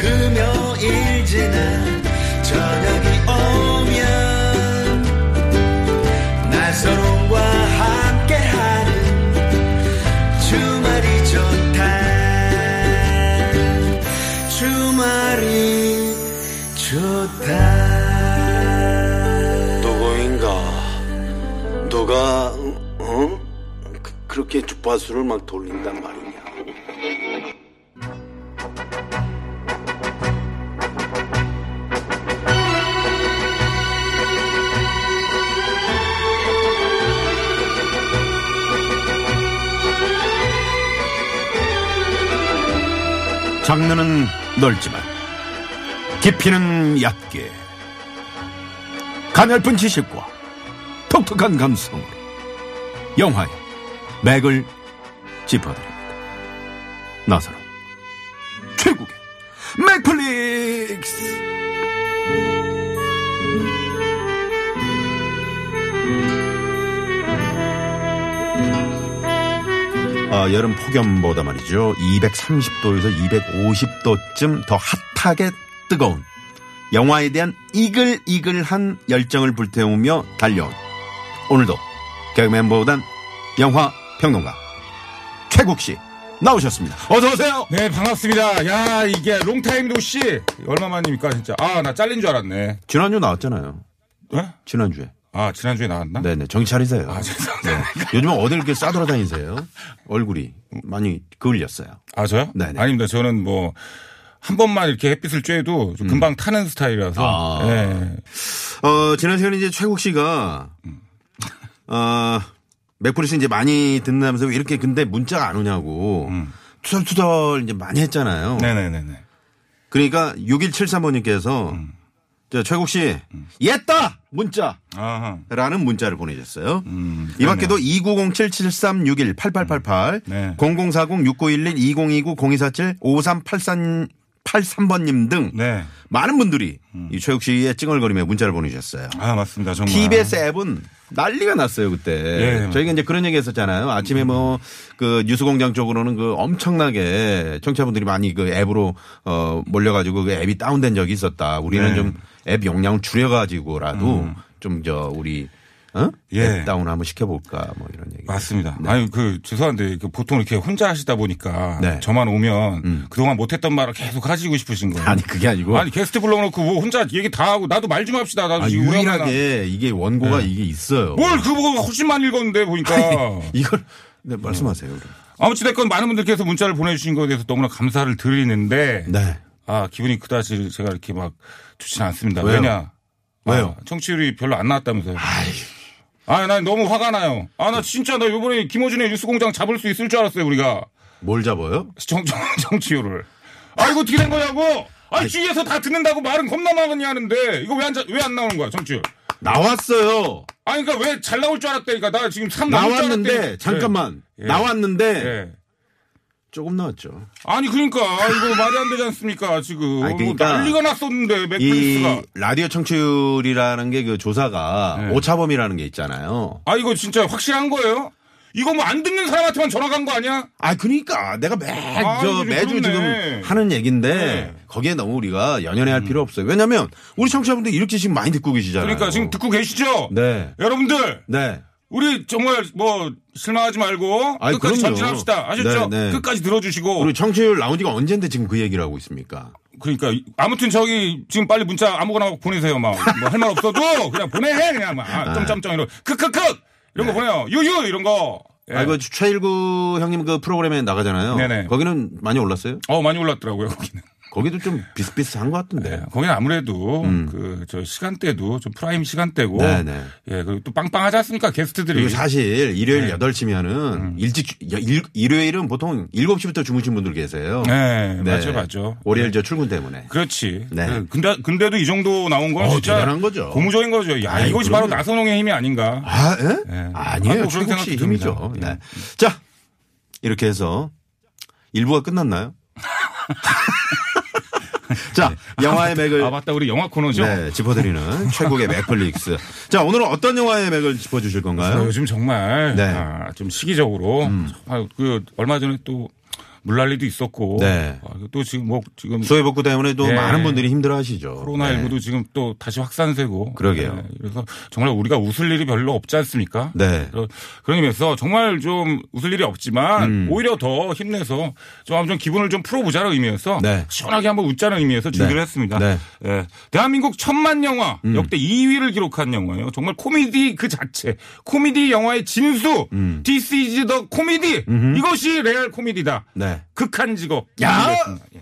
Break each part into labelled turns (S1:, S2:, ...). S1: 월화수목금요일 지나 저녁이 오면 나선홍과 함께하는 주말이 좋다 주말이 좋다
S2: 누구인가? 누가 어? 그- 그렇게 주파수를 막 돌린단 말이냐?
S3: 장르는 넓지만 깊이는 얕게 가냘픈 지식과 독특한 감성으로 영화의 맥을 짚어드립니다. 나사롱 최국의 맥플릭스 아, 여름 폭염보다 말이죠. 230도에서 250도쯤 더 핫하게 뜨거운 영화에 대한 이글이글한 열정을 불태우며 달려온 오늘도 개그맨보단 영화 평론가 최국 씨 나오셨습니다. 어서 오세요.
S4: 네, 반갑습니다. 야, 이게 롱타임 도시. 얼마만입니까, 진짜. 아, 나 잘린 줄 알았네.
S3: 지난주 나왔잖아요.
S4: 예?
S3: 지난주에.
S4: 아, 지난주에 나왔나?
S3: 네네 정신 차리세요. 네.
S4: 아, 죄송합니다.
S3: 요즘은 어딜 이렇게 싸돌아다니세요? 얼굴이 많이 그을렸어요.
S4: 아, 저요?
S3: 네네.
S4: 아닙니다. 저는 뭐, 한 번만 이렇게 햇빛을 쬐도 좀 금방 타는 스타일이라서.
S3: 음. 아.
S4: 예.
S3: 어, 지난 시간에 이제 최국 씨가, 어, 맥프리스 이제 많이 듣는다면서 왜 이렇게 근데 문자가 안 오냐고 투덜투덜 이제 많이 했잖아요.
S4: 음. 네네네네.
S3: 그러니까 6173번님께서
S4: 음.
S3: 저 최국 씨, 옛다! 문자!
S4: 아하.
S3: 라는 문자를 보내셨어요.
S4: 음,
S3: 이 밖에도 2907-7361-8888,
S4: 네.
S3: 0040-6911-2029-0247-5383, 83번님 등
S4: 네. 음.
S3: 많은 분들이 이 최욱 씨의 찡얼거림에 문자를 보내주셨어요.
S4: 아, 맞습니다. 정말.
S3: TBS 앱은 난리가 났어요 그때.
S4: 예,
S3: 저희가 이제 그런 얘기했었잖아요. 아침에 뭐 그 뉴스공장 쪽으로는 그 엄청나게 청취자분들이 많이 그 앱으로 어 몰려가지고 그 앱이 다운된 적이 있었다. 우리는
S4: 네. 음.
S3: 좀 앱 용량을 줄여가지고라도 좀 저 우리 어?
S4: 예.
S3: 앱 다운 한번 시켜볼까 뭐 이런 얘기.
S4: 맞습니다. 아니, 그, 죄송한데, 그 보통 이렇게 혼자 하시다 보니까.
S3: 네.
S4: 저만 오면 그동안 못했던 말을 계속 하시고 싶으신 거예요.
S3: 아니 그게 아니고
S4: 아니, 게스트 불러놓고 뭐 혼자 얘기 다 하고 나도 말 좀 합시다. 나도
S3: 아,
S4: 지금 우울하잖아.
S3: 유일하게 이게 원고가 이게 있어요.
S4: 네. 뭘 그거 훨씬 많이 읽었는데 보니까
S3: 이걸 네, 말씀하세요. 그럼.
S4: 아무쪼됐건 많은 분들께서 문자를 보내주신 것에 대해서 너무나 감사를 드리는데
S3: 네.
S4: 아 기분이 그다지 제가 이렇게 막 좋지는 않습니다.
S3: 왜요?
S4: 냐 아,
S3: 왜요?
S4: 청취율이 별로 안 나왔다면서요. 아, 나 너무 화가 나요. 아, 나 진짜 나 요번에 김호준의 뉴스공장 잡을 수 있을 줄 알았어요, 우리가.
S3: 뭘 잡아요?
S4: 정, 정, 정치율을. 아, 이거 어떻게 된 거냐고! 아, 주위에서 다 듣는다고 말은 겁나 많이 하는데, 이거 왜 안, 왜 안 나오는 거야, 정치율.
S3: 나왔어요.
S4: 아니, 그니까 왜 잘 나올 줄 알았다니까. 나 지금 3 나올 줄
S3: 나왔는데
S4: 알았대.
S3: 잠깐만
S4: 음. 예.
S3: 나왔는데
S4: 예. 예.
S3: 조금 나왔죠.
S4: 아니 그러니까 이거 말이 안 되지 않습니까 지금
S3: 아니,
S4: 뭐
S3: 그러니까
S4: 난리가 났었는데
S3: 이
S4: 맥플릭스가
S3: 라디오 청취율이라는 게 그 조사가
S4: 네.
S3: 오차범위라는 게 있잖아요.
S4: 아 이거 진짜 확실한 거예요? 이거 뭐 안 듣는 사람한테만 전화 간 거 아니야?
S3: 아 그러니까 내가 매,
S4: 아,
S3: 저
S4: 이게
S3: 매주
S4: 그렇네.
S3: 지금 하는 얘기인데
S4: 네.
S3: 거기에 너무 우리가 연연해 할 필요 없어요. 왜냐하면 우리 청취자분들 이렇게 지금 많이 듣고 계시잖아요.
S4: 그러니까 지금 듣고 계시죠?
S3: 네.
S4: 여러분들
S3: 네.
S4: 우리 정말 뭐 실망하지 말고
S3: 아이,
S4: 끝까지
S3: 그럼요.
S4: 전진합시다 아셨죠?
S3: 네, 네.
S4: 끝까지 들어주시고
S3: 우리 청취율 나온 지가 언젠데 지금 그 얘기를 하고 있습니까?
S4: 그러니까 아무튼 저기 지금 빨리 문자 아무거나 보내세요 막뭐 할 말 없어도 그냥 보내 그냥 막 아, 점점점 이런 크크크 이런 거 보내요 유유 이런 거 예.
S3: 네. 아, 이거 최일구 형님 그 프로그램에 나가잖아요.
S4: 네네.
S3: 거기는 많이 올랐어요?
S4: 어 많이 올랐더라고요 거기는
S3: 거기도 좀 비슷비슷한 것 같은데.
S4: 네. 거기는 아무래도 그 저 시간대도 좀 프라임
S3: 음.
S4: 시간대고
S3: 네, 네.
S4: 예 그리고 또 빵빵하지 않습니까
S3: 그리고
S4: 게스트들이
S3: 사실
S4: 예.
S3: 일요일 여 8시면은
S4: 음.
S3: 일찍 여- 일, 일요일은 보통 7시부터 주무신 분들 계세요.
S4: 네, 맞죠 네. 맞죠
S3: 월요일 저 출근 때문에.
S4: 그렇지
S3: 네.
S4: 네. 근데 근데도 이 정도 나온 건
S3: 어,
S4: 진짜
S3: 대단한 거죠.
S4: 고무적인 거죠 야
S3: 아이,
S4: 이것이
S3: 그럼요.
S4: 바로 나선홍의 힘이 아닌가
S3: 아, 예?
S4: 네. 아,
S3: 아니에요.
S4: 뭐 그런
S3: 최국 씨
S4: 생각도
S3: 힘이죠.
S4: 듭니다.
S3: 네. 자, 이렇게 해서 일부가 끝났나요? 자, 영화의 맥을
S4: 아 맞다 우리 영화 코너죠.
S3: 네, 짚어드리는 최국의 맥플릭스. 자, 오늘은 어떤 영화의 맥을 짚어주실
S4: 아,
S3: 건가요?
S4: 요즘 정말
S3: 네. 음.
S4: 아, 좀 시기적으로 아, 그 얼마 전에 또 물난리도 있었고
S3: 네.
S4: 아, 또 지금 뭐 지금
S3: 소외복구 때문에 또
S4: 네.
S3: 많은 분들이 힘들어하시죠. 네.
S4: 코로나19도 지금 또 다시 확산세고.
S3: 그러게요.
S4: 네, 그래서 정말 우리가 웃을 일이 별로 없지 않습니까?
S3: 네.
S4: 그러- 그런 의미에서 정말 좀 웃을 일이 없지만
S3: 음.
S4: 오히려 더 힘내서 좀, 한번 좀 기분을 좀 풀어보자는 의미에서
S3: 네.
S4: 시원하게 한번 웃자는 의미에서 준비를 했습니다.
S3: 네. 음.
S4: 예. 대한민국 천만 영화 역대 2위를 기록한 영화예요. 정말 코미디 그 자체. 코미디 영화의 진수.
S3: 음.
S4: This is the comedy. 이것이 레알 코미디다.
S3: 네.
S4: 극한 직업.
S3: 야!
S4: 준비했습니다. 예.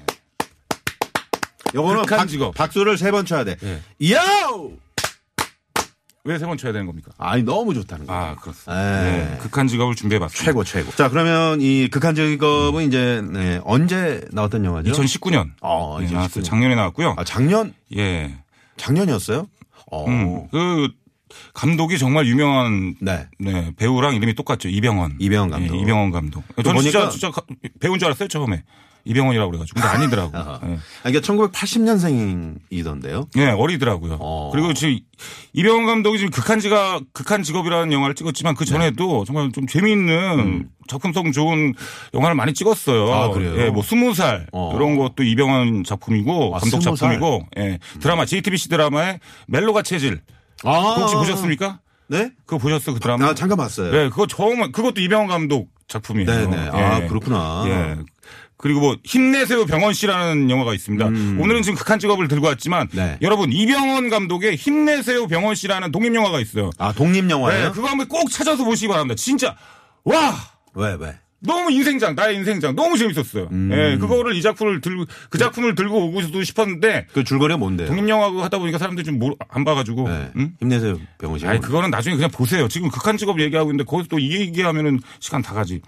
S3: 요거는
S4: 극한
S3: 박,
S4: 직업. 네.
S3: 박수를 세 번 쳐야 돼. 야!
S4: 왜 세 번 쳐야 되는 겁니까?
S3: 아니, 너무 좋다는 거예요.
S4: 아, 그렇습니다.
S3: 예.
S4: 네, 극한 직업을 준비해봤습니다.
S3: 최고, 최고. 자, 그러면 이 극한적인 겁은 이제, 네, 언제 나왔던 영화죠?
S4: 2019년. 예,
S3: 어, 2019 년.
S4: 나왔어요. 작년에 나왔고요.
S3: 아, 작년?
S4: 예.
S3: 작년이었어요? 어.
S4: 음, 그 감독이 정말 유명한
S3: 네.
S4: 네, 배우랑 이름이 똑같죠. 이병헌.
S3: 이병헌 감독. 그
S4: 예, 이병헌 감독. 저는
S3: 보니까-
S4: 진짜 진짜 가- 배운 줄 알았어요 처음에. 이병헌이라고 그래가지고 근데 아니더라고.
S3: 아,
S4: 예.
S3: 그러니까 1980년생이던데요.
S4: 예, 어리더라고요.
S3: 어.
S4: 그리고 지금 이병헌 감독이 지금 극한 지가 극한 직업이라는 영화를 찍었지만 그
S3: 네.
S4: 전에도 정말 좀 재미있는 접근성 좋은 영화를 많이 찍었어요.
S3: 음. 아, 그래요?
S4: 예, 뭐 스무 살
S3: 어.
S4: 이런 것도 이병헌 작품이고
S3: 아, 20살?
S4: 감독
S3: 음.
S4: 작품이고 예, 드라마 JTBC 드라마의 멜로가 체질
S3: 아.
S4: 그거 혹시 보셨습니까?
S3: 네?
S4: 그거 보셨어 그 드라마?
S3: 아, 잠깐 봤어요.
S4: 네, 그거 정말 그것도 이병헌 감독 작품이에요.
S3: 네네. 아,
S4: 예.
S3: 그렇구나.
S4: 예. 그리고 뭐 힘내세요 병원 씨라는 영화가 있습니다. 오늘은 지금 극한 직업을 들고 왔지만
S3: 음. 네.
S4: 여러분 이병헌 감독의 힘내세요 병원 씨라는 독립 영화가 있어요.
S3: 아, 독립영화예요
S4: 네, 그거 한번 꼭 찾아서 보시기 바랍니다. 진짜 와
S3: 왜, 왜?
S4: 너무 인생장 나의 인생장 너무 재밌었어요.
S3: 음.
S4: 예, 그거를 이 작품을 들고 그 작품을 들고 오고 싶었는데
S3: 그 줄거리가 뭔데요?
S4: 독립 영화 그거 하다 보니까 사람들이 좀 안 봐가지고
S3: 네.
S4: 응?
S3: 힘내세요, 병원 씨.
S4: 아니 그거는 나중에 그냥 보세요. 지금 극한 직업 얘기하고 있는데 거기서 또 이 얘기하면은 시간 다 가지.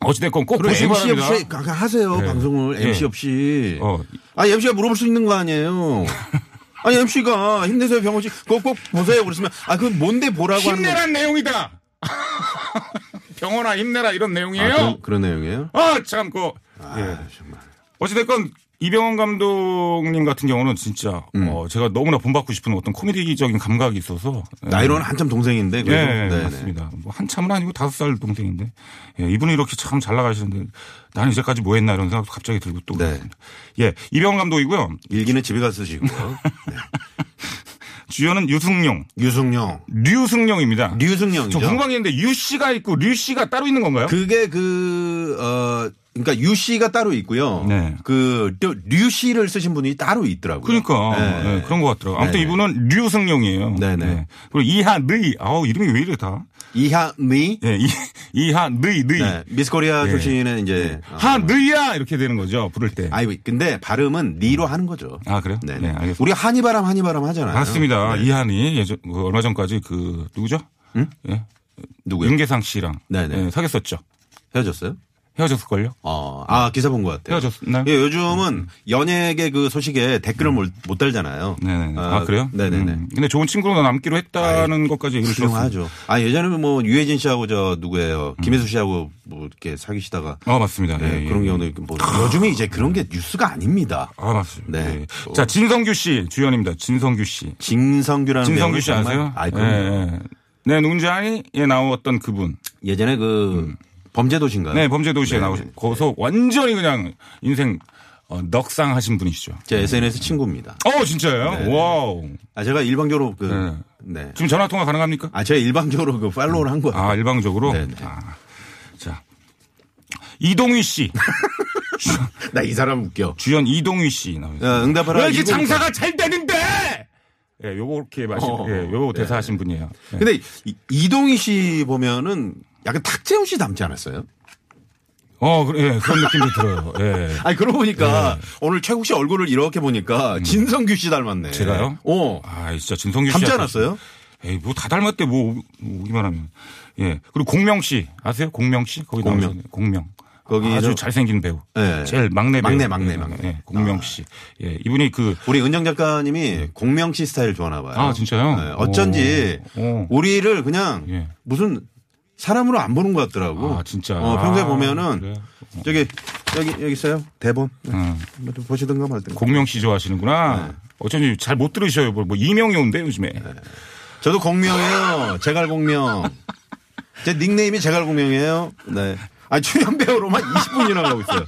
S4: 어찌됐건 꼭
S3: 그럼
S4: 보시기
S3: MC
S4: 바랍니다.
S3: 없이 가- 하세요
S4: 네.
S3: 방송을 MC
S4: 네.
S3: 없이.
S4: 어.
S3: 아니 MC가 물어볼 수 있는 거 아니에요. 아니 MC가 힘내세요 병원 씨 그거 꼭 보세요 그랬으면 아 그건 뭔데 보라고 하는 거-
S4: 힘내란 내용이다. 병원아 힘내라 이런 내용이에요.
S3: 아, 그런, 그런 내용이에요?
S4: 아 참고 예.
S3: 아 정말.
S4: 어찌됐건 이병헌 감독님 같은 경우는 진짜
S3: 음.
S4: 어, 제가 너무나 본받고 싶은 어떤 코미디적인 감각이 있어서
S3: 나이로는 한참 동생인데.
S4: 예,
S3: 그래서.
S4: 예,
S3: 네네.
S4: 네. 맞습니다. 뭐 한참은 아니고 다섯 살 동생인데 예, 이분은 이렇게 참 잘 나가시는데 나는 이제까지 뭐 했나 이런 생각도 갑자기 들고 또
S3: 네.
S4: 그렇습니다. 예 이병헌 감독이고요.
S3: 일기는 집에 가서 쓰시고. 네.
S4: 주연은 유승용,
S3: 유승용,
S4: 류승용입니다. 저
S3: 류승용이죠.
S4: 궁금한게있는데 유 씨가 있고 류 씨가 따로 있는 건가요?
S3: 그게 그, 어, 그러니까 유 씨가 따로 있고요.
S4: 네.
S3: 그, 또 류 씨를 쓰신 분이 따로 있더라고요.
S4: 그러니까
S3: 네.
S4: 예, 그런 것 같더라고. 요 아무튼
S3: 네네.
S4: 이분은 류승용이에요.
S3: 네네.
S4: 예. 그리고 이하느이 아우 이름이 왜 이래 다?
S3: 이하미.
S4: 예, 이, 이하느이 느이
S3: 네. 미스 코리아
S4: 예.
S3: 출신의 이제. 어,
S4: 하느이야 이렇게 되는 거죠 부를 때.
S3: 아이 근데 발음은 니로 하는 거죠.
S4: 아, 그래요?
S3: 네.
S4: 네, 알겠습니다.
S3: 우리 한이바람 한이바람 하잖아요.
S4: 맞습니다.
S3: 네.
S4: 이한이 예전 그 얼마 전까지 그 누구죠? 예.
S3: 누구요?
S4: 윤계상 씨랑
S3: 네네.
S4: 예, 사귀었었죠.
S3: 헤어졌어요?
S4: 헤어졌을 걸요?
S3: 어, 아 기사 본 것 같아요.
S4: 헤어졌나요? 네. 음.
S3: 예, 요즘은 연예계 그 소식에 댓글을 못, 못 달잖아요. 어,
S4: 네네. 아, 그래요?
S3: 네네네.
S4: 음. 근데 좋은 친구로 남기로 했다는 것까지 얘기를 들었습니다. 음.
S3: 훌륭하죠. 아 예전에 뭐 유해진 씨하고 저 누구예요? 김혜수 씨하고 뭐 이렇게 사귀시다가
S4: 어 맞습니다.
S3: 네,
S4: 예, 예.
S3: 그런 경우도 있고 뭐 요즘에 이제 그런 게 뉴스가 아닙니다.
S4: 아 맞습니다.
S3: 네.
S4: 네. 자 진성규 씨 주연입니다. 진성규 씨.
S3: 진성규라는
S4: 진성규
S3: 배우는
S4: 씨
S3: 아, 정말-
S4: 아세요?
S3: 아,
S4: 예,
S3: 그럼요.
S4: 예. 네 누군지 아니? 예 나왔던 그분.
S3: 예전에 그 범죄도시인가요?
S4: 음. 네 범죄도시에
S3: 네,
S4: 나오신
S3: 네.
S4: 거기서 완전히 그냥 인생 어, 넉상하신 분이시죠.
S3: 제 SNS 친구입니다.
S4: 어 진짜요? 와우.
S3: 아 제가 일방적으로 그
S4: 네.
S3: 네.
S4: 지금 전화 통화 가능합니까?
S3: 아 제가 일방적으로 그 팔로우를 한 거예요.
S4: 아 일방적으로.
S3: 네, 네.
S4: 아, 자 이동휘 씨
S3: 나 이 사람 웃겨.
S4: 주연 이동휘 씨 나오셨어요.
S3: 어, 응답하라.
S4: 왜 이렇게
S3: 이거-
S4: 장사가 잘 되는데? 예, 요렇게 마시,
S3: 네. 어. 네.
S4: 예, 요거 대사 하신 분이에요. 예.
S3: 근데 이- 이동희 씨 보면은 약간 탁재훈 씨 닮지 않았어요?
S4: 어, 그, 예, 그런 느낌도 들어요. 예.
S3: 아니 그러고 보니까 오늘 최국 씨 얼굴을 이렇게 보니까 진성규 씨 닮았네.
S4: 제가요?
S3: 어.
S4: 아, 진짜 진성규 씨.
S3: 닮지 않았어요?
S4: 에이, 뭐 다 닮았대, 뭐, 오- 오기만 하면. 예. 그리고 공명 씨. 아세요? 공명 씨? 거기
S3: 공명.
S4: 나오시는 공명.
S3: 거기
S4: 아주
S3: 저-
S4: 잘생긴 배우.
S3: 예.
S4: 제일 막내 배우.
S3: 막내, 막내,
S4: 예,
S3: 막내. 아.
S4: 예, 공명 씨. 예. 이분이 그.
S3: 우리 은정 작가님이 공명 씨 스타일 좋아하나 봐요. 네,
S4: 음. 아, 진짜요?
S3: 어쩐지
S4: 오. 오.
S3: 우리를 그냥
S4: 예.
S3: 무슨 사람으로 안 보는 것 같더라고.
S4: 아, 진짜.
S3: 어, 평소에
S4: 아,
S3: 보면은
S4: 그래요?
S3: 저기 여기 여기 있어요. 대본.
S4: 음.
S3: 뭐좀 보시든가 말든가.
S4: 공명 씨
S3: 네.
S4: 좋아하시는구나. 어쩐지 잘 못 들으셔요. 뭐, 뭐 이명이 온대 요즘에.
S3: 저도 공명이에요. 제갈 공명. 제 닉네임이 제갈 공명이에요. 네. 아 출연 배우로만 20분이나 가고 있어요.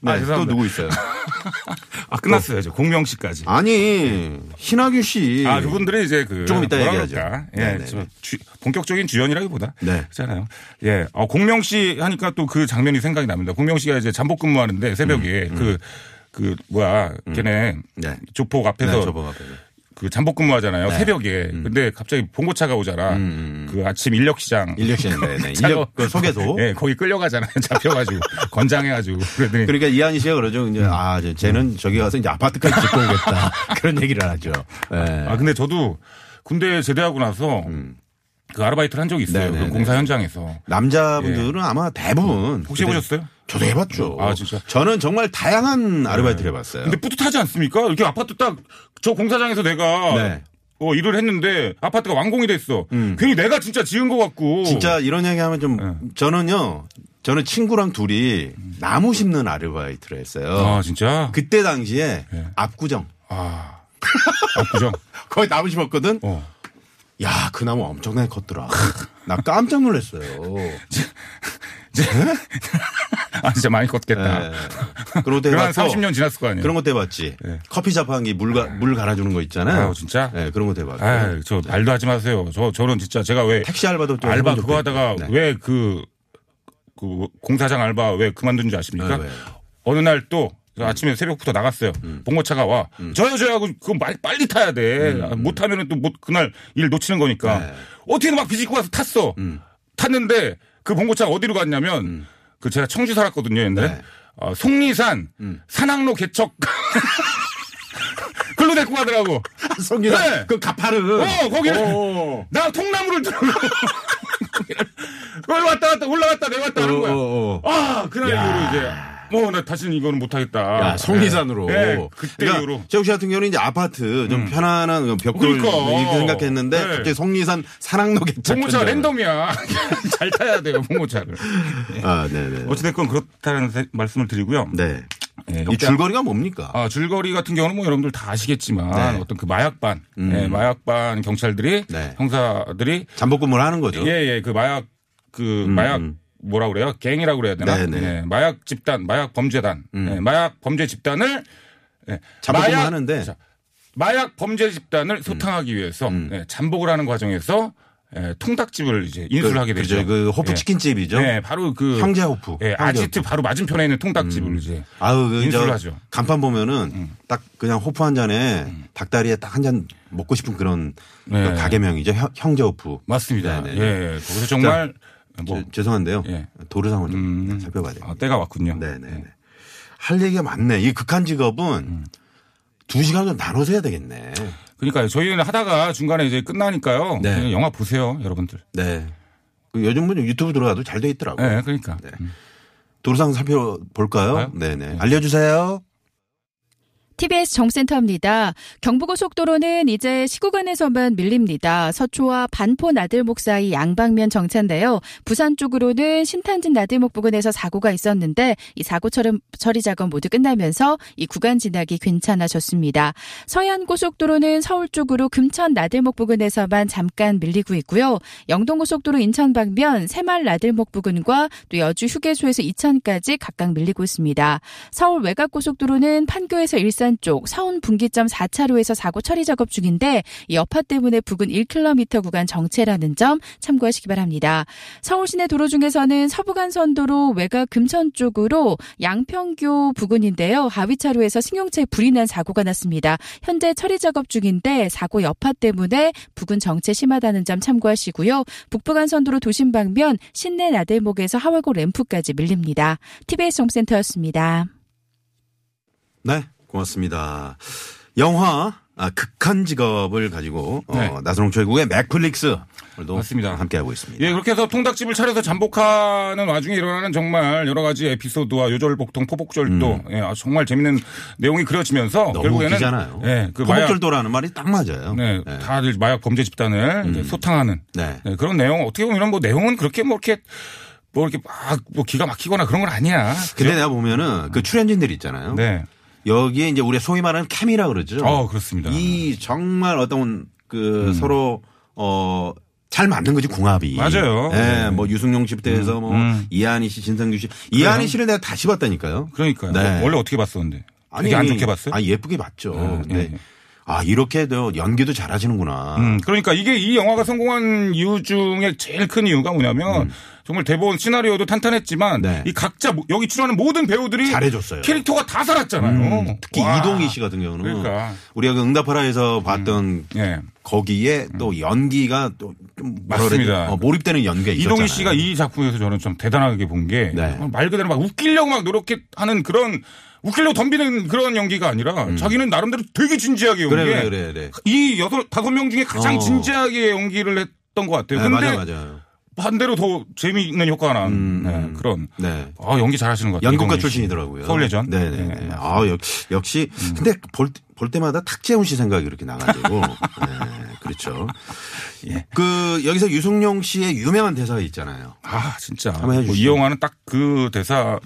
S3: 네,
S4: 아,
S3: 또
S4: 죄송합니다.
S3: 누구 있어요?
S4: 아 끝났어요. 이제 공명 씨까지. 아,
S3: 아니 희나균 씨.
S4: 그분들은 이제 그
S3: 예. 조금 이따
S4: 뭐라
S3: 얘기하죠.
S4: 그럴까?
S3: 네,
S4: 예,
S3: 네,
S4: 저
S3: 네.
S4: 주- 본격적인 주연이라기보다
S3: 네.
S4: 그렇잖아요. 예, 어, 공명 씨 하니까 또 그 장면이 생각이 납니다. 공명 씨가 이제 잠복 근무하는데 새벽에 그. 그 뭐야 걔네
S3: 음, 네.
S4: 조폭
S3: 네, 음.
S4: 앞에서
S3: 저번 앞에.
S4: 그 잠복 근무하잖아요 새벽에 근데 갑자기 봉고차가 오잖아
S3: 음,
S4: 그 아침 인력시장
S3: 인력 씨인데 네. 인력 그 소개소.
S4: 예, 거기 끌려가잖아요. 잡혀가지고 건장해가지고 그랬더니
S3: 그러니까 이한희 씨가 그러죠.
S4: 음.
S3: 이제 아, 저- 쟤는 저기 가서 이제 아파트까지 짓고 오겠다. 그런 얘기를 하죠. 네.
S4: 아 근데 저도 군대 제대하고 나서 그 아르바이트를 한 적이 있어요.
S3: 음. 네네네.
S4: 그 공사 현장에서
S3: 남자분들은 아마 대부분
S4: 예. 혹시
S3: 그때-
S4: 해보셨어요?
S3: 저도 해봤죠.
S4: 아, 진짜? 예.
S3: 저는 정말 다양한 아르바이트를 해봤어요.
S4: 근데 뿌듯하지 않습니까? 이렇게 아파트 딱 저 공사장에서 내가
S3: 네. 음.
S4: 어, 일을 했는데 아파트가 완공이 됐어. 괜히 내가 진짜 지은 것 같고
S3: 진짜 이런 얘기하면 좀
S4: 예.
S3: 저는요. 저는 친구랑 둘이 나무 심는 아르바이트를 했어요.
S4: 아 진짜
S3: 그때 당시에
S4: 네.
S3: 압구정
S4: 아 압구정
S3: 거의 나무 심었거든.
S4: 어.
S3: 야, 그 나무 엄청나게 컸더라. 나 깜짝 놀랐어요.
S4: 아 진짜 많이 컸겠다.
S3: 네. 그리고
S4: 그럼 한
S3: 대박도
S4: 30년 지났을 거 아니에요.
S3: 그런 것도 해봤지. 커피 자판기 물, 가, 물 갈아주는 거 있잖아요.
S4: 네. 아유, 진짜?
S3: 네, 그런 것도 해봤고.
S4: 아유, 저 말도 하지 마세요. 저 저는 진짜 제가 왜
S3: 택시 알바도 또
S4: 알바
S3: 해본 적도
S4: 그거 하다가
S3: 있고. 네.
S4: 왜 그 그 공사장 알바 왜 그만둔지 아십니까?
S3: 네, 왜? 음.
S4: 어느 날 또 아침에 새벽부터 나갔어요. 봉고차가 와. 저요 저요 하고 그거 말- 빨리 타야 돼. 아,
S3: 음.
S4: 못 하면은 또 못 그날 일 놓치는 거니까.
S3: 네.
S4: 어떻게든 막 비집고 와서 탔어.
S3: 음.
S4: 탔는데 그 봉고차가 어디로 갔냐면 그 제가 청주 살았거든요, 옛날에.
S3: 네. 음.
S4: 어, 송리산 산악로 개척 글로 데리고 가더라고.
S3: 성기다.
S4: 네.
S3: 그 가파른.
S4: 어, 거기를.
S3: 어.
S4: 나 통나무를 들고 그걸 왔다 갔다 올라갔다 내려갔다 하는 거야.
S3: 어, 어, 어.
S4: 아 그날 이후로 이제 뭐 나 다시는 이거는 못하겠다.
S3: 야, 성리산으로.
S4: 예. 예, 그때
S3: 그러니까
S4: 이후로. 음.
S3: 최욱 씨 같은 경우는 이제 아파트 좀 편안한 벽돌 뭐
S4: 그러니까.
S3: 이렇게 생각했는데
S4: 네.
S3: 갑자기 성리산 산악로 괜찮
S4: 봉고차 랜덤이야. 잘 타야 돼요 봉고차를.
S3: 아, 네네.
S4: 어찌됐건 그렇다는 세- 말씀을 드리고요.
S3: 네.
S4: 예,
S3: 이
S4: 역대-
S3: 줄거리가 뭡니까?
S4: 아, 줄거리 같은 경우는 뭐 여러분들 다 아시겠지만
S3: 네.
S4: 어떤 그 마약반, 예, 마약반 경찰들이
S3: 네.
S4: 형사들이
S3: 잠복근무를 하는 거죠.
S4: 예, 예. 그 마약, 그 마약 뭐라 그래요? 갱이라고 그래야 되나?
S3: 음, 네, 네.
S4: 예, 마약 집단, 마약 범죄단, 예, 마약 범죄 집단을 예,
S3: 잠복을 하는데. 음.
S4: 자, 마약 범죄 집단을 소탕하기 위해서 예, 잠복을 하는 과정에서 예, 통닭집을 이제 인수를 하게
S3: 그,
S4: 되죠.
S3: 그죠. 그
S4: 예.
S3: 호프치킨집이죠.
S4: 네, 바로 그
S3: 황제 호프.
S4: 예,
S3: 황제
S4: 아지트 바로 맞은편에 있는 통닭집을 이제
S3: 아우, 그,
S4: 인수를
S3: 저,
S4: 하죠. 음.
S3: 간판 보면은 딱 그냥 호프 한 잔에 닭다리에 딱 한 잔 먹고 싶은 그런
S4: 네.
S3: 그 가게명이죠. 형, 형제 호프.
S4: 맞습니다.
S3: 네,
S4: 예,
S3: 네, 네.
S4: 예. 거기서 정말 뭐
S3: 죄- 죄송한데요.
S4: 예.
S3: 도루 상황 좀 살펴봐야 돼요.
S4: 아, 때가 왔군요.
S3: 네네. 네. 할 얘기가 많네. 이 극한 직업은
S4: 음.
S3: 두 시간 좀 나눠서 해야 되겠네.
S4: 그러니까요. 저희는 하다가 중간에 이제 끝나니까요.
S3: 네.
S4: 그냥 영화 보세요, 여러분들.
S3: 네. 그 요즘 은 유튜브 들어가도 잘 돼 있더라고요.
S4: 네, 그러니까.
S3: 도루상 살펴볼까요?
S4: 봐요?
S3: 네네. 알려주세요.
S5: TBS 정센터입니다. 경부고속도로는 이제 시구간에서만 밀립니다. 서초와 반포 나들목 사이 양방면 정차인데요. 부산 쪽으로는 신탄진 나들목 부근에서 사고가 있었는데 이 사고 처리, 처리 작업 모두 끝나면서 이 구간 진학이 괜찮아졌습니다. 서해안고속도로는 서울 쪽으로 금천 나들목 부근에서만 잠깐 밀리고 있고요. 영동고속도로 인천 방면 새말 나들목 부근과 또 여주 휴게소에서 이천까지 각각 밀리고 있습니다. 서울 외곽고속도로는 판교에서 일산 쪽 서운 분기점 4차로에서 사고 처리 작업 중인데 이 여파 때문에 부근 1km 구간 정체라는 점 참고하시기 바랍니다. 서울 시내 도로 중에서는 서부간선도로 외곽 금천 쪽으로 양평교 부근인데요. 하위차로에서 승용차에 불이 난 사고가 났습니다. 현재 처리 작업 중인데 사고 여파 때문에 부근 정체 심하다는 점 참고하시고요. 북부간선도로 도심 방면 신내 나들목에서 하월고 램프까지 밀립니다. TBS 홍센터였습니다.
S3: 네, 고맙습니다. 영화 아, 극한 직업을 가지고 어,
S4: 네.
S3: 나선홍 최국의 맥플릭스 오늘도
S4: 맞습니다.
S3: 함께하고 있습니다.
S4: 예, 그렇게 해서 통닭집을 차려서 잠복하는 와중에 일어나는 정말 여러 가지 에피소드와 요절복통, 포복절도, 예, 아, 정말 재밌는 내용이 그려지면서
S3: 음. 너무
S4: 결국에는
S3: 웃기잖아요.
S4: 예, 그 마약,
S3: 포복절도라는 말이 딱 맞아요.
S4: 네, 다들 마약 범죄 집단을 이제 소탕하는
S3: 네.
S4: 네, 그런 내용 어떻게 보면 이런 뭐 내용은 그렇게 뭐 이렇게 뭐 이렇게 막 뭐 기가 막히거나 그런 건 아니야.
S3: 근데 내가 보면은 그 출연진들 있잖아요.
S4: 음. 네.
S3: 여기에 이제 우리 가 소위 말하는 캠이라 그러죠.
S4: 어, 그렇습니다. 음.
S3: 이 정말 어떤 그 서로 어. 잘 맞는 거지 궁합이.
S4: 맞아요.
S3: 예,
S4: 네.
S3: 뭐 유승용 씨부터 해서 뭐
S4: 음.
S3: 이한희 씨, 진상규 씨, 이한희 씨를 내가 다시 봤다니까요.
S4: 그러니까요. 뭐
S3: 네.
S4: 원래 어떻게 봤었는데? 되게 안 좋게 봤어요?
S3: 아 예쁘게 봤죠. 근데
S4: 예.
S3: 아 이렇게도 연기도 잘하시는구나.
S4: 음, 그러니까 이게 이 영화가 성공한 이유 중에 제일 큰 이유가 뭐냐면 정말 대본 시나리오도 탄탄했지만
S3: 음. 네.
S4: 이 각자 모- 여기 출연하는 모든 배우들이
S3: 잘해줬어요. 음,
S4: 캐릭터가 다 살았잖아요. 어.
S3: 특히
S4: 와.
S3: 이동희 씨 같은 경우는
S4: 그러니까.
S3: 우리가 그 응답하라에서 봤던
S4: 예.
S3: 거기에 또 연기가 또좀
S4: 맞습니다.
S3: 어, 몰입되는 연기가 있었잖아요.
S4: 이동희 씨가 이 작품에서 저는 좀 대단하게 본 게 말
S3: 네.
S4: 그대로 막 웃기려고 막 노력해 하는 그런 웃기려고 덤비는 그런 연기가 아니라 자기는 나름대로 되게 진지하게 연기해.
S3: 음. 그래 그래 그래 그래.
S4: 이 여섯 다섯 명 중에 가장
S3: 어.
S4: 진지하게 연기를 했던 것 같아요.
S3: 네,
S4: 근데
S3: 맞아 맞아.
S4: 반대로 더 재미있는 효과가 난 네, 그런
S3: 음, 네.
S4: 아 연기 잘하시는 것 같아요.
S3: 연극가
S4: 이동희 씨.
S3: 출신이더라고요.
S4: 서울예전.
S3: 네네.
S4: 네, 음.
S3: 네.
S4: 네.
S3: 아 역, 역시 근데 볼, 볼 때마다 탁재훈 씨 생각이 이렇게 나가지고 네, 그렇죠.
S4: 예.
S3: 그 여기서 유승용 씨의 유명한 대사가 있잖아요.
S4: 아 진짜.
S3: 한번 해주시죠.
S4: 뭐이 영화는 딱 그 대사로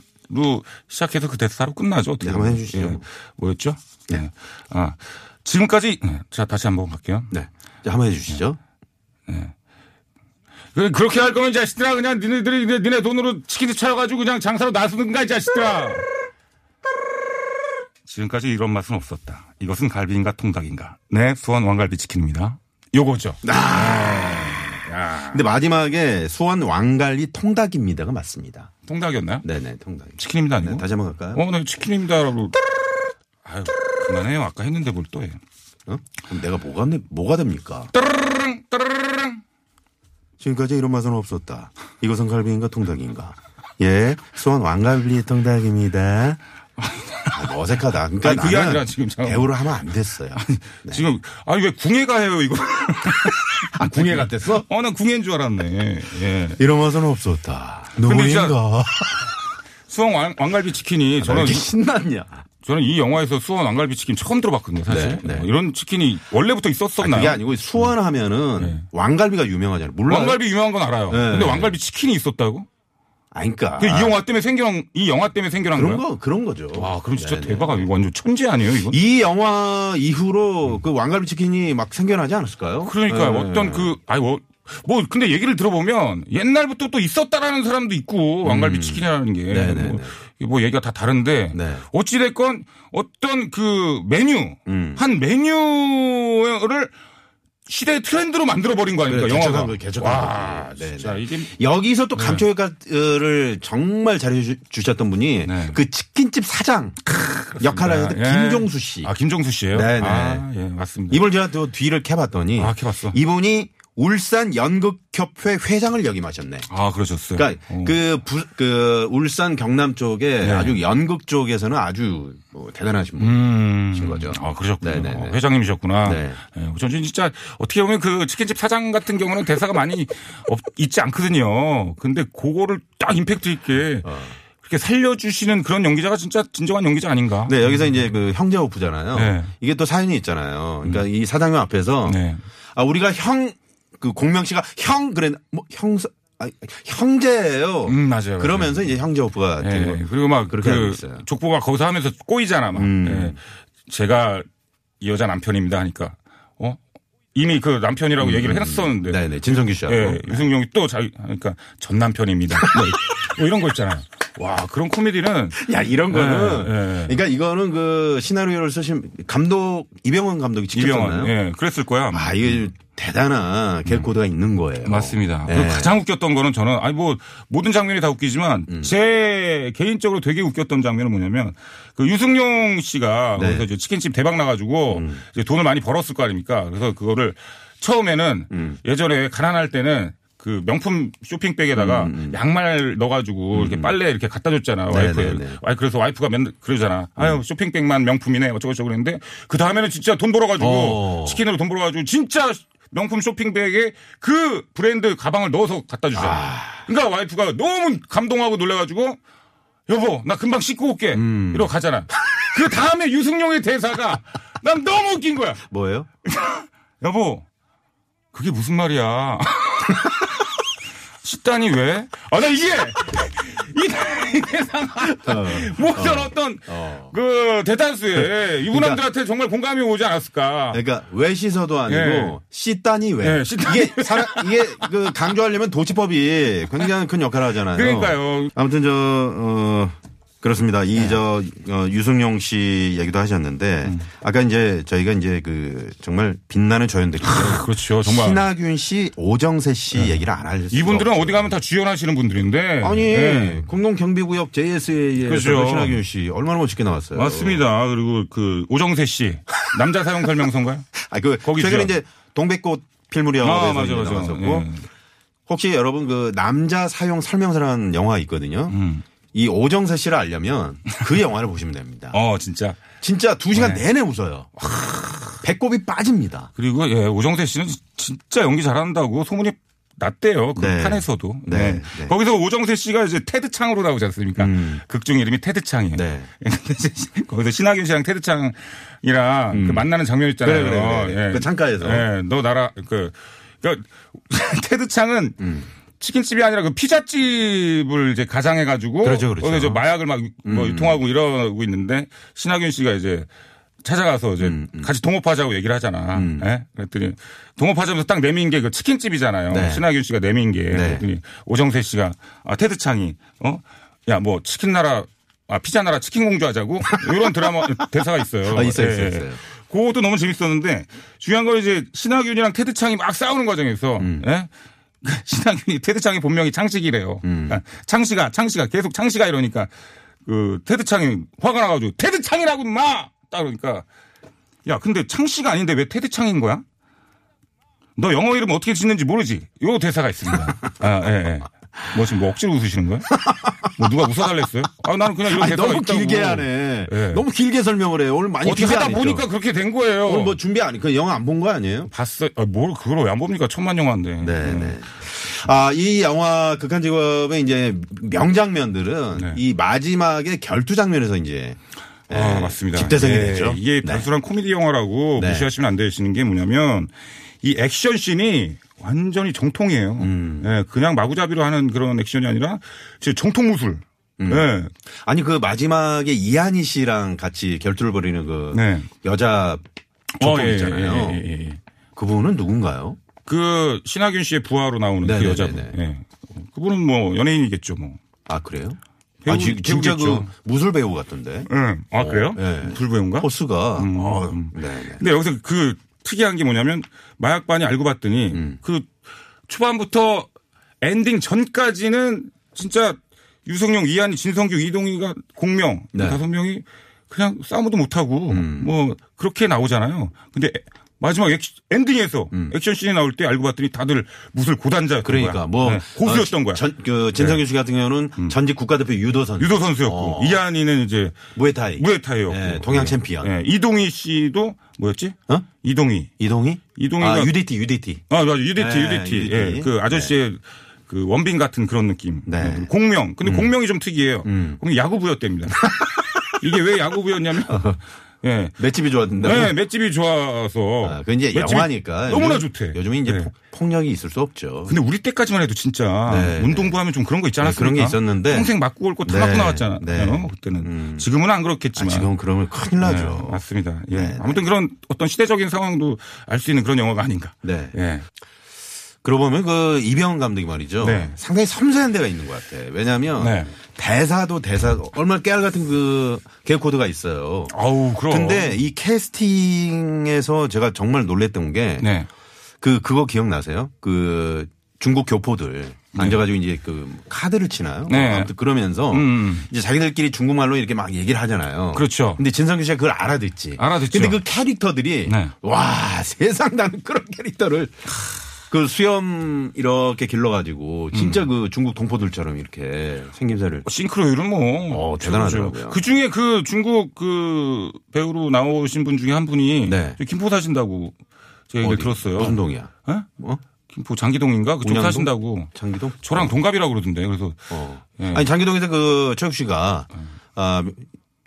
S4: 시작해서 그 대사로 끝나죠. 어떻게
S3: 네, 한번
S4: 보면.
S3: 해주시죠.
S4: 예. 뭐였죠? 네. 아 지금까지 네, 자 다시 한번 갈게요.
S3: 네. 자, 한번 해주시죠.
S4: 그- 그렇게 할 거면 이 자식들아 그냥 니네들이 니네, 니네 돈으로 치킨집 차려가지고 그냥 장사로 나서든가 이 자식들아. 지금까지 이런 맛은 없었다. 이것은 갈비인가 통닭인가. 네, 수원 왕갈비 치킨입니다. 요거죠.
S3: 근데 마지막에 수원 왕갈리 통닭입니다가 맞습니다.
S4: 통닭이었나요?
S3: 네네 통닭.
S4: 치킨입니다 아니고?
S3: 네, 다시 한번 갈까요?
S4: 어, 나 치킨입니다라고. 아유, 그만해요. 아까 했는데 뭘 또 해.
S3: 어? 그럼 내가 뭐가 내- 뭐가 됩니까?
S4: 따르릉, 따르릉.
S3: 지금까지 이런 맛은 없었다. 이것은 갈비인가 통닭인가? 예, 수원 왕갈비 통닭입니다. 아, 뭐 어색하다. 그러니까
S4: 아니, 그게
S3: 나는
S4: 아니라 지금 저-
S3: 배우를 하면 안 됐어요. 네.
S4: 지금, 아니, 왜 궁예가 해요, 이거?
S3: 아, 궁예 같았어?
S4: 어, 난 궁예인 줄 알았네. 예.
S3: 이런 맛은 없었다.
S4: 근데 진짜-
S3: 누구인가?
S4: 수원 왕, 왕갈비 치킨이
S3: 왜
S4: 저는,
S3: 이렇게 신났냐? 아,
S4: 저는 이 영화에서 수원 왕갈비 치킨 처음 들어봤거든요, 사실.
S3: 네, 네.
S4: 어, 이런 치킨이 원래부터
S3: 아,
S4: 있었었나요? 네.
S3: 그게 아니고 수원 하면은 왕갈비가 유명하잖아요. 물론
S4: 왕갈비 유명한 건 알아요.
S3: 네.
S4: 근데 왕갈비 치킨이 있었다고?
S3: 아니 그러니까
S4: 그이 영화 때문에 생겨난, 이 영화 때문에 생겨난
S3: 그런
S4: 거야?
S3: 거 그런 거죠.
S4: 와, 그럼 진짜
S3: 네네.
S4: 대박 아니고 완전 천재 아니에요, 이거?
S3: 이 영화 이후로 그 왕갈비 치킨이 막 생겨나지 않았을까요?
S4: 그러니까
S3: 네.
S4: 요 어떤 그 아니 뭐, 뭐 근데 얘기를 들어보면 옛날부터 또 있었다라는 사람도 있고 왕갈비 치킨이라는 게
S3: 음. 네네네.
S4: 뭐 얘기가 다 다른데
S3: 네.
S4: 어찌 됐건 어떤 그 메뉴
S3: 음.
S4: 한 메뉴를 시대의 트렌드로 만들어 버린 거 아닙니까
S3: 그래,
S4: 그러니까 영화가
S3: 개척한 거, 개척한
S4: 와
S3: 거지. 네네.
S4: 진짜 이게 네.
S3: 여기서 또 감초역할을 정말 잘해주셨던 분이
S4: 네.
S3: 그 치킨집 사장 역할을 하셨던
S4: 예.
S3: 김종수 씨.
S4: 아 김종수 씨예요
S3: 네네.
S4: 아, 예 맞습니다
S3: 이분을 제가 또 뒤를 캐봤더니
S4: 아, 캐봤어.
S3: 이분이 울산 연극협회 회장을 역임하셨네.
S4: 아 그러셨어요
S3: 그러니까
S4: 어.
S3: 그, 부- 그 울산 경남 쪽에
S4: 네.
S3: 아주 연극 쪽에서는 아주 뭐 대단하신 분.
S4: 음.
S3: 신 거죠.
S4: 아, 그러셨군요.
S3: 네네네.
S4: 어, 회장님이셨구나.
S3: 네.
S4: 예, 저는 진짜 어떻게 보면 그 치킨집 사장 같은 경우는 대사가 많이 없, 있지 않거든요. 근데 그거를 딱 임팩트 있게
S3: 어.
S4: 그렇게 살려주시는 그런 연기자가 진짜 진정한 연기자 아닌가.
S3: 네, 여기서 이제 그 형제 오프잖아요.
S4: 네. 음.
S3: 이게 또 사연이 있잖아요. 그러니까 이 사장님 앞에서
S4: 네.
S3: 아 우리가 형 그 공명 씨가 형 그래 뭐 형사 아 형제예요.
S4: 음, 맞아요.
S3: 그러면서 이제 형제 오프가
S4: 예,
S3: 되는 거예요.
S4: 그리고 막
S3: 그렇게 알고
S4: 그
S3: 있어요.
S4: 족보가 거기서 하면서 꼬이잖아. 막.
S3: 음.
S4: 예. 제가 이 여자 남편입니다 하니까 어 이미 그 남편이라고 얘기를 해놨었는데
S3: 음, 네네 진성규 씨하고
S4: 예, 유승용이 또 자기, 그러니까 전 남편입니다. 뭐, 뭐 이런 거 있잖아요. 와, 그런 코미디는.
S3: 야 이런 거는
S4: 예, 예.
S3: 그러니까 이거는 그 시나리오를 쓰신 감독 이병헌 감독이
S4: 이병헌.
S3: 찍혔잖아요.
S4: 예, 그랬을 거야. 아마.
S3: 아 이게 대단한 개코드가 있는 거예요.
S4: 맞습니다.
S3: 예.
S4: 그리고 가장 웃겼던 거는 저는 아니 뭐 모든 장면이 다 웃기지만 제 개인적으로 되게 웃겼던 장면은 뭐냐면 그 유승용 씨가
S3: 네.
S4: 거기서 이제 치킨집 대박 나가지고 이제 돈을 많이 벌었을 거 아닙니까? 그래서 그거를 처음에는 예전에 가난할 때는 그 명품 쇼핑백에다가 양말 넣어가지고 이렇게 빨래 이렇게 갖다 줬잖아 와이프.
S3: 네, 음. 네, 네.
S4: 와이 그래서 와이프가 맨날 그러잖아. 아유 쇼핑백만 명품이네 어쩌고저쩌고 그랬는데 그 다음에는 진짜 돈 벌어가지고
S3: 어.
S4: 치킨으로 돈 벌어가지고 진짜 명품 쇼핑백에 그 브랜드 가방을 넣어서 갖다 주잖아. 그러니까 와이프가 너무 감동하고 놀래가지고 여보 나 금방 씻고 올게
S3: 음.
S4: 이러고 가잖아. 그 다음에 유승용의 대사가 난 너무 웃긴 거야.
S3: 뭐예요?
S4: 여보 그게 무슨 말이야. 식단이 왜? 아, 나 이게, 이, 이 세상, 모든 어. 떤
S3: 어.
S4: 그, 대단수에, 이분한들한테 정말 공감이 오지 않았을까.
S3: 그러니까 왜 씻어도
S4: 예.
S3: 아니고 씻다니 왜?
S4: 예, 씻다니
S3: 이게 사람 이게 그 강조하려면 도치법이 굉장히 큰 역할을 하잖아요.
S4: 그러니까요. 예.
S3: 아무튼 저 어, 그렇습니다. 이 저 어, 유승용 씨 얘기도 하셨는데
S4: 음.
S3: 아까 이제 저희가 이제 그 정말 빛나는 조연들이
S4: 그렇죠, 정말. 예.
S3: 신하균 씨, 오정세 씨 얘기를 안 할. 수가
S4: 이분들은
S3: 없어요.
S4: 어디 가면 다 주연하시는 분들인데.
S3: 아니
S4: 예.
S3: 공동 경비구역 JSA에
S4: 그렇죠.
S3: 신하균 씨 얼마나 멋있게 나왔어요.
S4: 맞습니다. 그리고 그, 오정세 씨. 남자 사용 설명서인가요?
S3: 아그
S4: 거기죠.
S3: 최근에 이제 동백꽃 필무렵에서
S4: 아, 맞아, 맞아.
S3: 나왔었고
S4: 예.
S3: 혹시 여러분 그 남자 사용 설명서라는 영화 있거든요.
S4: 음.
S3: 이 오정세 씨를 알려면 그 영화를 보시면 됩니다.
S4: 어, 네. 진짜.
S3: 진짜 두 시간 내내 웃어요. 배꼽이 빠집니다.
S4: 그리고 예, 오정세 씨는 진- 진짜 연기 잘한다고 소문이 났대요. 그
S3: 네.
S4: 판에서도.
S3: 네,
S4: 네.
S3: 네. 음.
S4: 거기서 오정세 씨가 이제 테드 창으로 나오지 않습니까? 극중 이름이 테드 창이에요.
S3: 네.
S4: 거기서 신하균 씨랑 테드 창이랑 그 만나는 장면 있잖아요.
S3: 음. 그래, 그래, 그래. 그 창가에서.
S4: 예, 너 나라 그 그러니까 테드 창은
S3: 음.
S4: 치킨집이 아니라 그 피자집을 이제 가장해가지고
S3: 그렇죠, 그렇죠. 음.
S4: 거기서 마약을 막 뭐 유통하고 이러고 있는데 신하균 씨가 이제 찾아가서 이제
S3: 음,
S4: 같이 동업하자고 얘기를 하잖아. 예? 그랬더니 동업하자면서 딱 내민 게 그 치킨집이잖아요.
S3: 네.
S4: 신하균 씨가 내민 게
S3: 네.
S4: 그랬더니 예, 오정세 씨가 아 테드 창이 어야 뭐 치킨 나라 아 피자 나라 치킨 공주 하자고 이런 드라마 대사가 있어요.
S3: 아, 있어요,
S4: 예,
S3: 있어요,
S4: 예.
S3: 있어요.
S4: 그것도 너무 재밌었는데 중요한 건 이제 신하균이랑 테드 창이 막 싸우는 과정에서
S3: 음.
S4: 예? 신하균이 테드 창이 본명이 창식이래요.
S3: 음.
S4: 그러니까 창식아, 창식아 계속 창식아 이러니까 그 테드 창이 화가 나가지고 테드 창이라고 마. 딱 그러니까 야 근데 창씨가 아닌데 왜 테드 창인 거야? 너 영어 이름 어떻게 짓는지 모르지? 요 대사가 있습니다. 아, 예, 예. 뭐 지금 뭐 억지로 웃으시는 거예요? 뭐 누가 웃어달랬어요? 아, 나는 그냥 이런
S3: 아니,
S4: 대사가
S3: 너무
S4: 있다고.
S3: 길게 하네.
S4: 예.
S3: 너무 길게 설명을 해요. 오늘 많이
S4: 어떻게
S3: 준비
S4: 하다
S3: 안 했죠?
S4: 보니까 그렇게 된 거예요.
S3: 오늘 뭐 준비 안, 그 영화 안 본 거 아니에요?
S4: 봤어? 아, 뭘 그걸 왜 안 봅니까? 천만 영화인데.
S3: 네, 네. 아, 이 영화 극한 직업의 이제 명장면들은
S4: 네.
S3: 이 마지막에 결투 장면에서 이제
S4: 아,
S3: 예,
S4: 맞습니다.
S3: 집대성이
S4: 예,
S3: 됐죠.
S4: 이게
S3: 네.
S4: 단순한 코미디 영화라고
S3: 네.
S4: 무시하시면 안 되시는 게 뭐냐면 이 액션 씬이 완전히 정통이에요.
S3: 음.
S4: 예, 그냥 마구잡이로 하는 그런 액션이 아니라 진짜 정통 무술.
S3: 음.
S4: 예,
S3: 아니 그 마지막에 이한희 씨랑 같이 결투를 벌이는 그
S4: 네.
S3: 여자
S4: 어,
S3: 조폭
S4: 예,
S3: 있잖아요.
S4: 예, 예, 예, 예.
S3: 그분은 누군가요?
S4: 그 신하균 씨의 부하로 나오는
S3: 네,
S4: 그
S3: 네,
S4: 여자분.
S3: 네,
S4: 예. 그분은 뭐 연예인이겠죠, 뭐.
S3: 아 그래요?
S4: 배우,
S3: 아, 지, 진짜 그
S4: 배우겠죠.
S3: 무술 배우 같던데.
S4: 예. 아 그래요?
S3: 예.
S4: 불배우인가?
S3: 포스가.
S4: 음.
S3: 어,
S4: 음.
S3: 네, 네.
S4: 근데 여기서 그 특이한 게 뭐냐면 마약반이 알고 봤더니
S3: 음.
S4: 그 초반부터 엔딩 전까지는 진짜 유성룡, 이한이, 진성규, 이동희가 공명 그
S3: 네. 음.
S4: 다섯 명이 그냥 싸움도 못하고 뭐 그렇게 나오잖아요. 근데 마지막 액 엔딩에서 액션 씬이 나올 때 알고 봤더니 다들 무술 고단자
S3: 음. 그러니까 뭐
S4: 고수였던
S3: 어,
S4: 네, 거야. 네.
S3: 전,
S4: 음.
S3: 그 진성규 씨 같은 경우는 전직 국가대표 유도 선수,
S4: 유도 선수였고
S3: 어.
S4: 이한이는 이제
S3: 무에타이,
S4: 무에타이였고
S3: 예, 동양 챔피언.
S4: 예, 이동희 씨도 뭐였지?
S3: 어?
S4: 이동희.
S3: 이동희,
S4: 이동희가-
S3: 아, UDT, UDT.
S4: 아, 맞아. UDT,
S3: 네,
S4: UDT.
S3: UDT.
S4: 예, 그 아저씨의 그 원빈 같은 그런 느낌.
S3: 네. 음.
S4: 음, 공명. 근데 공명이 좀 특이해요. 공명 야구부였답니다. 이게 왜 야구부였냐면, 예.
S3: 맷집이 좋았는데.
S4: 네, 맷집이 좋아서.
S3: 아, 그 이제
S4: 맷집이
S3: 영화니까
S4: 너무나
S3: 요즘-
S4: 좋대.
S3: 요즘에 이제
S4: 예.
S3: 폭- 폭력이 있을 수 없죠.
S4: 근데 우리 때까지만 해도 진짜
S3: 네,
S4: 운동부 하면 좀 그런 거 있지
S3: 네,
S4: 않았습니까?
S3: 그런 게 있었는데.
S4: 평생 맞고 올 거 다
S3: 네,
S4: 맞고 나왔잖아요. 어,
S3: 네.
S4: 그때는. 지금은 안
S3: 아,
S4: 그렇겠지만.
S3: 지금 그러면 큰일
S4: 네,
S3: 나죠.
S4: 맞습니다. 예.
S3: 네, 네.
S4: 아무튼 그런 어떤 시대적인 상황도 알 수 있는 그런 영화가 아닌가.
S3: 네.
S4: 예.
S3: 그러고 보면 그 이병헌 감독이 말이죠.
S4: 네.
S3: 상당히 섬세한 데가 있는 것 같아. 왜냐하면
S4: 네.
S3: 대사도 대사 얼마나 깨알 같은 그 개코드가 있어요.
S4: 아우, 그럼.
S3: 근데 이 캐스팅에서 제가 정말 놀랬던 게 그
S4: 네.
S3: 그거 기억나세요? 그 중국 교포들 앉아가지고 이제 그 카드를 치나요?
S4: 네.
S3: 아무튼 그러면서
S4: 음.
S3: 이제 자기들끼리 중국말로 이렇게 막 얘기를 하잖아요.
S4: 그렇죠.
S3: 근데 진성규 씨가 그걸 알아듣지.
S4: 알아듣죠.
S3: 근데 그 캐릭터들이
S4: 네.
S3: 와 세상 나는 그런 캐릭터를 그 수염 이렇게 길러가지고
S4: 음.
S3: 진짜 그 중국 동포들처럼 이렇게 생김새를
S4: 싱크로율은 뭐
S3: 어, 대단하더라고요.
S4: 그 중에 그 중국 그 배우로 나오신 분 중에 한 분이
S3: 네.
S4: 저 김포 사신다고 제가 얘기를
S3: 어디?
S4: 들었어요.
S3: 무슨 동이야?
S4: 예?
S3: 어?
S4: 김포 장기동인가 그쪽
S3: 운양동? 어.
S4: 사신다고.
S3: 장기동?
S4: 저랑 동갑이라고 그러던데. 그래서
S3: 어.
S4: 예.
S3: 아니 장기동에서 그 최욱 씨가 아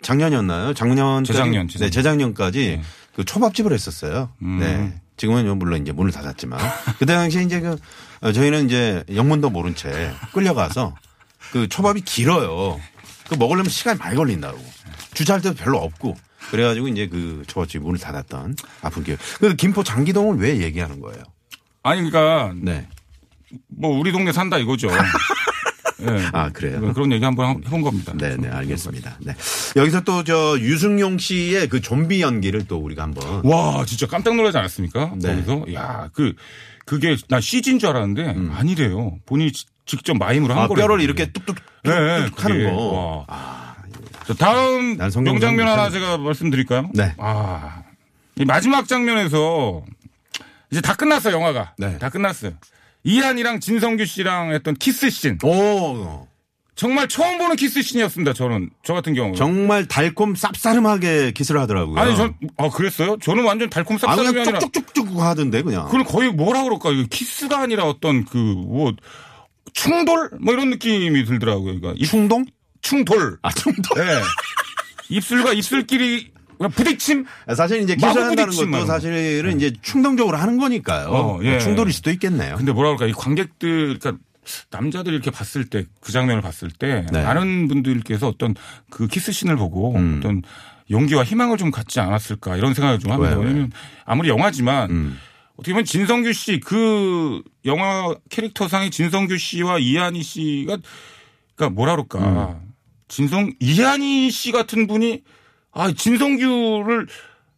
S3: 작년이었나요? 작년
S4: 재작년,
S3: 네
S4: 재작년. 예. 음.
S3: 재작년까지 그 초밥집을 했었어요. 네. 지금은 물론 이제 문을 닫았지만 그때 당시에 이제 그 어, 저희는 이제 영문도 모른 채 끌려가서 그 초밥이 길어요. 그 먹으려면 시간이 많이 걸린다고 주차할 때도 별로 없고 그래가지고 이제 그 초밥집 문을 닫았던 아픈 기억. 그 김포 장기동을 왜 얘기하는 거예요?
S4: 아니 그러니까
S3: 네.
S4: 뭐 우리 동네 산다 이거죠. 예.
S3: 아 그래요.
S4: 뭐 그런 얘기 한번 해본 겁니다.
S3: 네, 네, 알겠습니다. 네. 여기서 또 저 유승용 씨의 그 좀비 연기를 또 우리가 한번
S4: 와 진짜 깜짝 놀라지 않았습니까?
S3: 네.
S4: 거기서 야그 그게 난 CG인 줄 알았는데 아니래요. 본인이 지- 직접 마임으로 한
S3: 음. 아,
S4: 거래요.
S3: 뼈를 이렇게 뚝뚝
S4: 예, 예,
S3: 뚝뚝 하는
S4: 그게.
S3: 거. 아,
S4: 와. 자, 다음
S3: 난 성경
S4: 명장면
S3: 좀
S4: 하나 제가 말씀드릴까요?
S3: 네.
S4: 아, 이 마지막 장면에서 이제 다 끝났어 영화가.
S3: 네.
S4: 다 끝났어요. 이한이랑 진성규 씨랑 했던 키스 씬.
S3: 오,
S4: 정말 처음 보는 키스 씬이었습니다. 저는 저 같은 경우.
S3: 정말 달콤 쌉싸름하게 키스를 하더라고요.
S4: 아니 전아 그랬어요? 저는 완전 달콤
S3: 아,
S4: 쌉싸름이
S3: 그냥
S4: 아니라
S3: 쭉쭉쭉쭉 하던데 그냥.
S4: 그건 거의 뭐라 그럴까? 이거 키스가 아니라 어떤 그 뭐 충돌 뭐 이런 느낌이 들더라고요. 그러니까 이
S3: 충동?
S4: 충돌.
S3: 아, 충동.
S4: 예. 입술과 입술끼리 그냥 부딪힘.
S3: 사실 이제
S4: 마구
S3: 키스를 한다는
S4: 부딪히지
S3: 것도
S4: 말고.
S3: 사실은 이제 충동적으로 하는 거니까요.
S4: 네. 어, 예.
S3: 충돌일 수도 있겠네요.
S4: 근데 뭐라 그럴까 이 관객들 그러니까 남자들 이렇게 봤을 때 그 장면을 봤을 때
S3: 네. 음.
S4: 많은 분들께서 어떤 그 키스신을 보고 어떤 용기와 희망을 좀 갖지 않았을까 이런 생각을 좀 합니다.
S3: 왜, 왜?
S4: 왜냐면 아무리 영화지만
S3: 음.
S4: 어떻게 보면 진성규 씨 그 영화 캐릭터상의 진성규 씨와 이한희 씨가 그러니까 뭐라 그럴까
S3: 음.
S4: 진성 이한희 씨 같은 분이 아 진성규를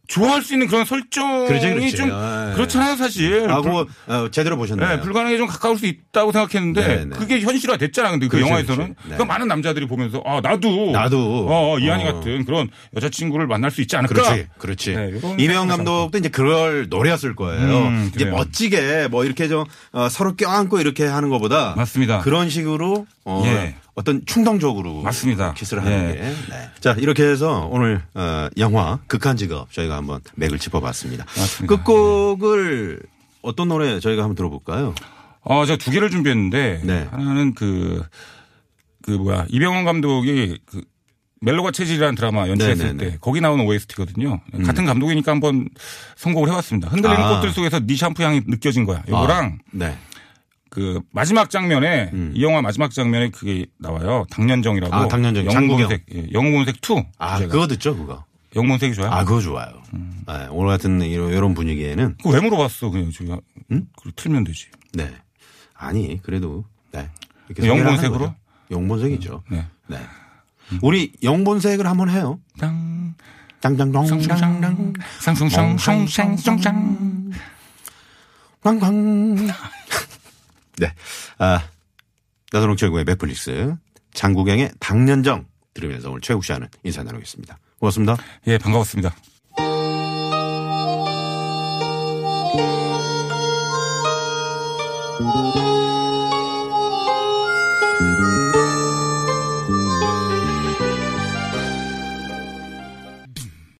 S4: 좋아할 수 있는 그런 설정이
S3: 그렇지, 그렇지.
S4: 좀
S3: 아, 예.
S4: 그렇잖아요 사실
S3: 아, 그거 어, 제대로
S4: 네,
S3: 보셨나요?
S4: 불가능에 좀 가까울 수 있다고 생각했는데
S3: 네, 네.
S4: 그게 현실화 됐잖아. 근데 그
S3: 그렇죠,
S4: 영화에서는
S3: 그렇죠.
S4: 그
S3: 네.
S4: 러니까 많은 남자들이 보면서 아 나도
S3: 나도.
S4: 어, 어, 이한이
S3: 어.
S4: 같은 그런 여자친구를 만날 수 있지 않을까.
S3: 그렇지, 그렇지.
S4: 네, 이런
S3: 이병
S4: 생각을
S3: 감독도 이제 그걸 노렸을 거예요.
S4: 음,
S3: 이제
S4: 그래요.
S3: 멋지게 뭐 이렇게 좀 어, 서로 껴안고 이렇게 하는 것보다
S4: 맞습니다.
S3: 그런 식으로 어,
S4: 예.
S3: 떤 충동적으로
S4: 맞습니다.
S3: 키스를 하는
S4: 예.
S3: 게. 네. 자 이렇게 해서 오늘 어, 영화 극한 직업 저희가 한번 맥을 짚어봤습니다.
S4: 맞습니다.
S3: 끝곡을 어떤 노래 저희가 한번 들어볼까요?
S4: 어, 제가 두 개를 준비했는데
S3: 네.
S4: 하나는 그, 그 뭐야 이병헌 감독이 그 멜로가 체질이라는 드라마 연출했을
S3: 네네네. 음.
S4: 때 거기 나오는 OST거든요. 같은 감독이니까 한번 선곡을 해봤습니다. 흔들리는
S3: 아.
S4: 꽃들 속에서 네 샴푸 향이 느껴진 거야. 이거랑
S3: 아, 네.
S4: 그 마지막 장면에 이 영화 마지막 장면에 그게 나와요. 음. 당년정이라고.
S3: 아, 당년정.
S4: 영웅본색. 예, 영웅본색 2.
S3: 아 그거 듣죠 그거.
S4: 영웅본색이 좋아요.
S3: 아 그거 좋아요.
S4: 음.
S3: 네, 오늘 같은 이런, 이런 분위기에는
S4: 그거 왜 물어봤어? 그냥 저기 그거 틀면 되지.
S3: 네. 아니, 그래도, 네. 이렇게
S4: 영본색으로?
S3: 소개를 하는 거죠. 영본색이죠. 네.
S4: 네.
S3: 우리 영본색을 한번 해요.
S4: 땅
S3: 땅땅땅.
S4: 쌍숭쌍 쌍숭쌍 쌍숭쌍
S3: 꽝꽝. 네. 아, 나선홍 최고의 맥플릭스. 장국영의 당년정 들으면서 오늘 최국 씨와는 인사 나누겠습니다. 고맙습니다.
S4: 예, 반가웠습니다.